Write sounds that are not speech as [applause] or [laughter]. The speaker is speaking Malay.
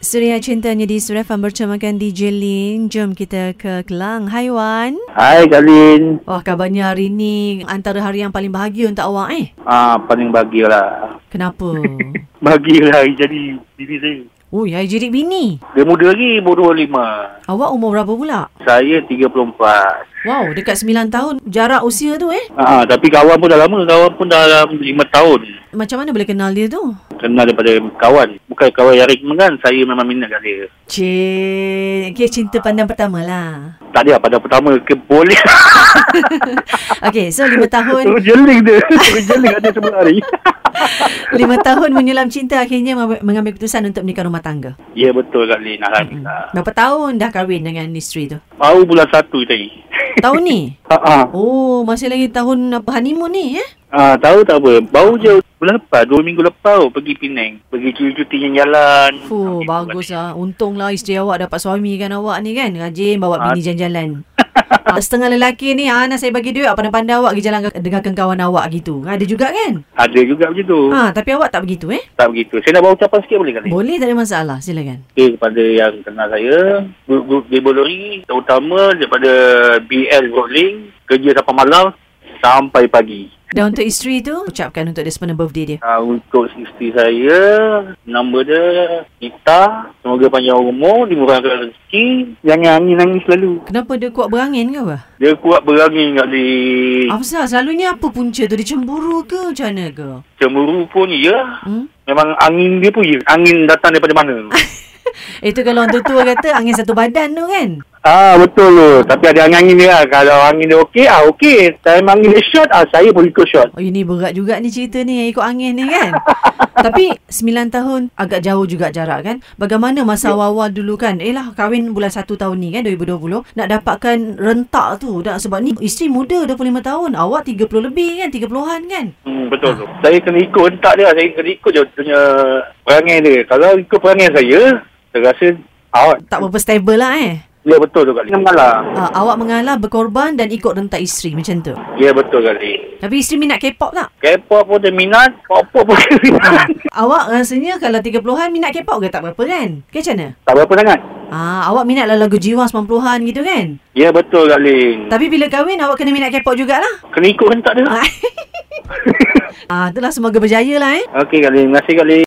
Suria Cintanya di Suria Fan bercamakan DJ Lin. Jom kita ke Kelang. Hai Wan. Hai Kalin. Wah kabarnya hari ni antara hari yang paling bahagia untuk awak eh. Ah, paling bahagialah. Kenapa? Bahagialah hari jadi diri saya. Ui, hari jadi bini. Dia muda lagi, umur 25. Awak umur berapa pula? Saya 34. Wow, dekat 9 tahun jarak usia tu eh. Ah, tapi kawan pun dah lama. Kawan pun dah dalam 5 tahun. Macam mana boleh kenal dia tu? Kenal daripada kawan. Bukan kawan yang ring kan. Saya memang minat kat dia. Cik, kira cinta pandang pertama lah. Tak ada pada pertama ke boleh. Okay, so 5 tahun Terus [laughs] jeling dia. Terus jeling kat dia semua hari. lima tahun menyulam cinta akhirnya mem- mengambil keputusan untuk menikah rumah tangga. [laughs] ya betul Kalin. Alhamdulillah. Berapa tahun dah kahwin dengan isteri tu? Baru bulan satu tadi. Tahun ni? Ah, ah. Oh, masih lagi tahun apa honeymoon ni eh? Ah, tahu tak apa. Baru je bulan lepas, dua minggu lepas oh, pergi Penang. Pergi cuti-cuti yang jalan. Fuh, Pergi bagus lah. Untunglah isteri awak dapat suami kan awak ni kan. Rajin bawa bini jalan-jalan. Ah, Setengah lelaki ni, Ana saya bagi duit, pandai-pandai awak pergi jalan dengan kawan awak gitu. Ada juga kan? Ada juga macam tu. Ha. Ha, tapi awak tak begitu eh? Tak begitu. Saya nak bawa ucapan sikit boleh kali? Boleh tak ada masalah, silakan. Okay, kepada yang kenal saya, grup-grup di Bolori, terutama daripada BL Rolling, kerja sampai malam sampai pagi. Dan untuk isteri tu, ucapkan untuk dia sebenarnya birthday dia. Uh, untuk isteri saya, nama dia Ita. Semoga panjang umur, dimurahkan rezeki. Jangan nangis selalu. Kenapa dia kuat berangin ke apa? Dia kuat berangin kali. Afzal, selalunya apa punca tu? Dia cemburu ke macam mana ke? Cemburu pun ya. Hmm? Memang angin dia pun ya. Angin datang daripada mana? Itu kalau orang tua kata angin satu badan tu kan? [laughs] ah betul tu. Tapi ada angin-angin dia lah. Kalau angin dia okey, ah okey. Time angin dia short, ah saya pun ikut short. Oh, ini berat juga ni cerita ni yang ikut angin ni kan? [laughs] Tapi 9 tahun agak jauh juga jarak kan? Bagaimana masa awal-awal dulu kan? Eh lah, kahwin bulan 1 tahun ni kan, 2020. Nak dapatkan rentak tu. Dah, sebab ni isteri muda 25 tahun. Awak 30 lebih kan? 30-an kan? Hmm, betul tu. Saya kena ikut hentak dia. lah. Saya kena ikut je dia punya perangai dia. Kalau ikut perangai saya, saya rasa awak. Tak berapa stable lah eh? Ya betul tu kali. Kena mengalah. Uh, awak mengalah berkorban dan ikut rentak isteri macam tu. Ya betul kali. Tapi isteri minat K-pop tak? K-pop pun dia minat, K-pop pun dia [laughs] minat. Awak rasanya kalau 30-an minat K-pop ke tak berapa kan? Ke macam mana? tak berapa sangat. Ah, awak minat lah lagu jiwa 90-an gitu kan? Ya betul kali. Tapi bila kahwin awak kena minat K-pop jugalah. Kena ikut hentak dia. [laughs] ah, itulah semoga berjaya lah eh. Okey kali. Terima kasih kali.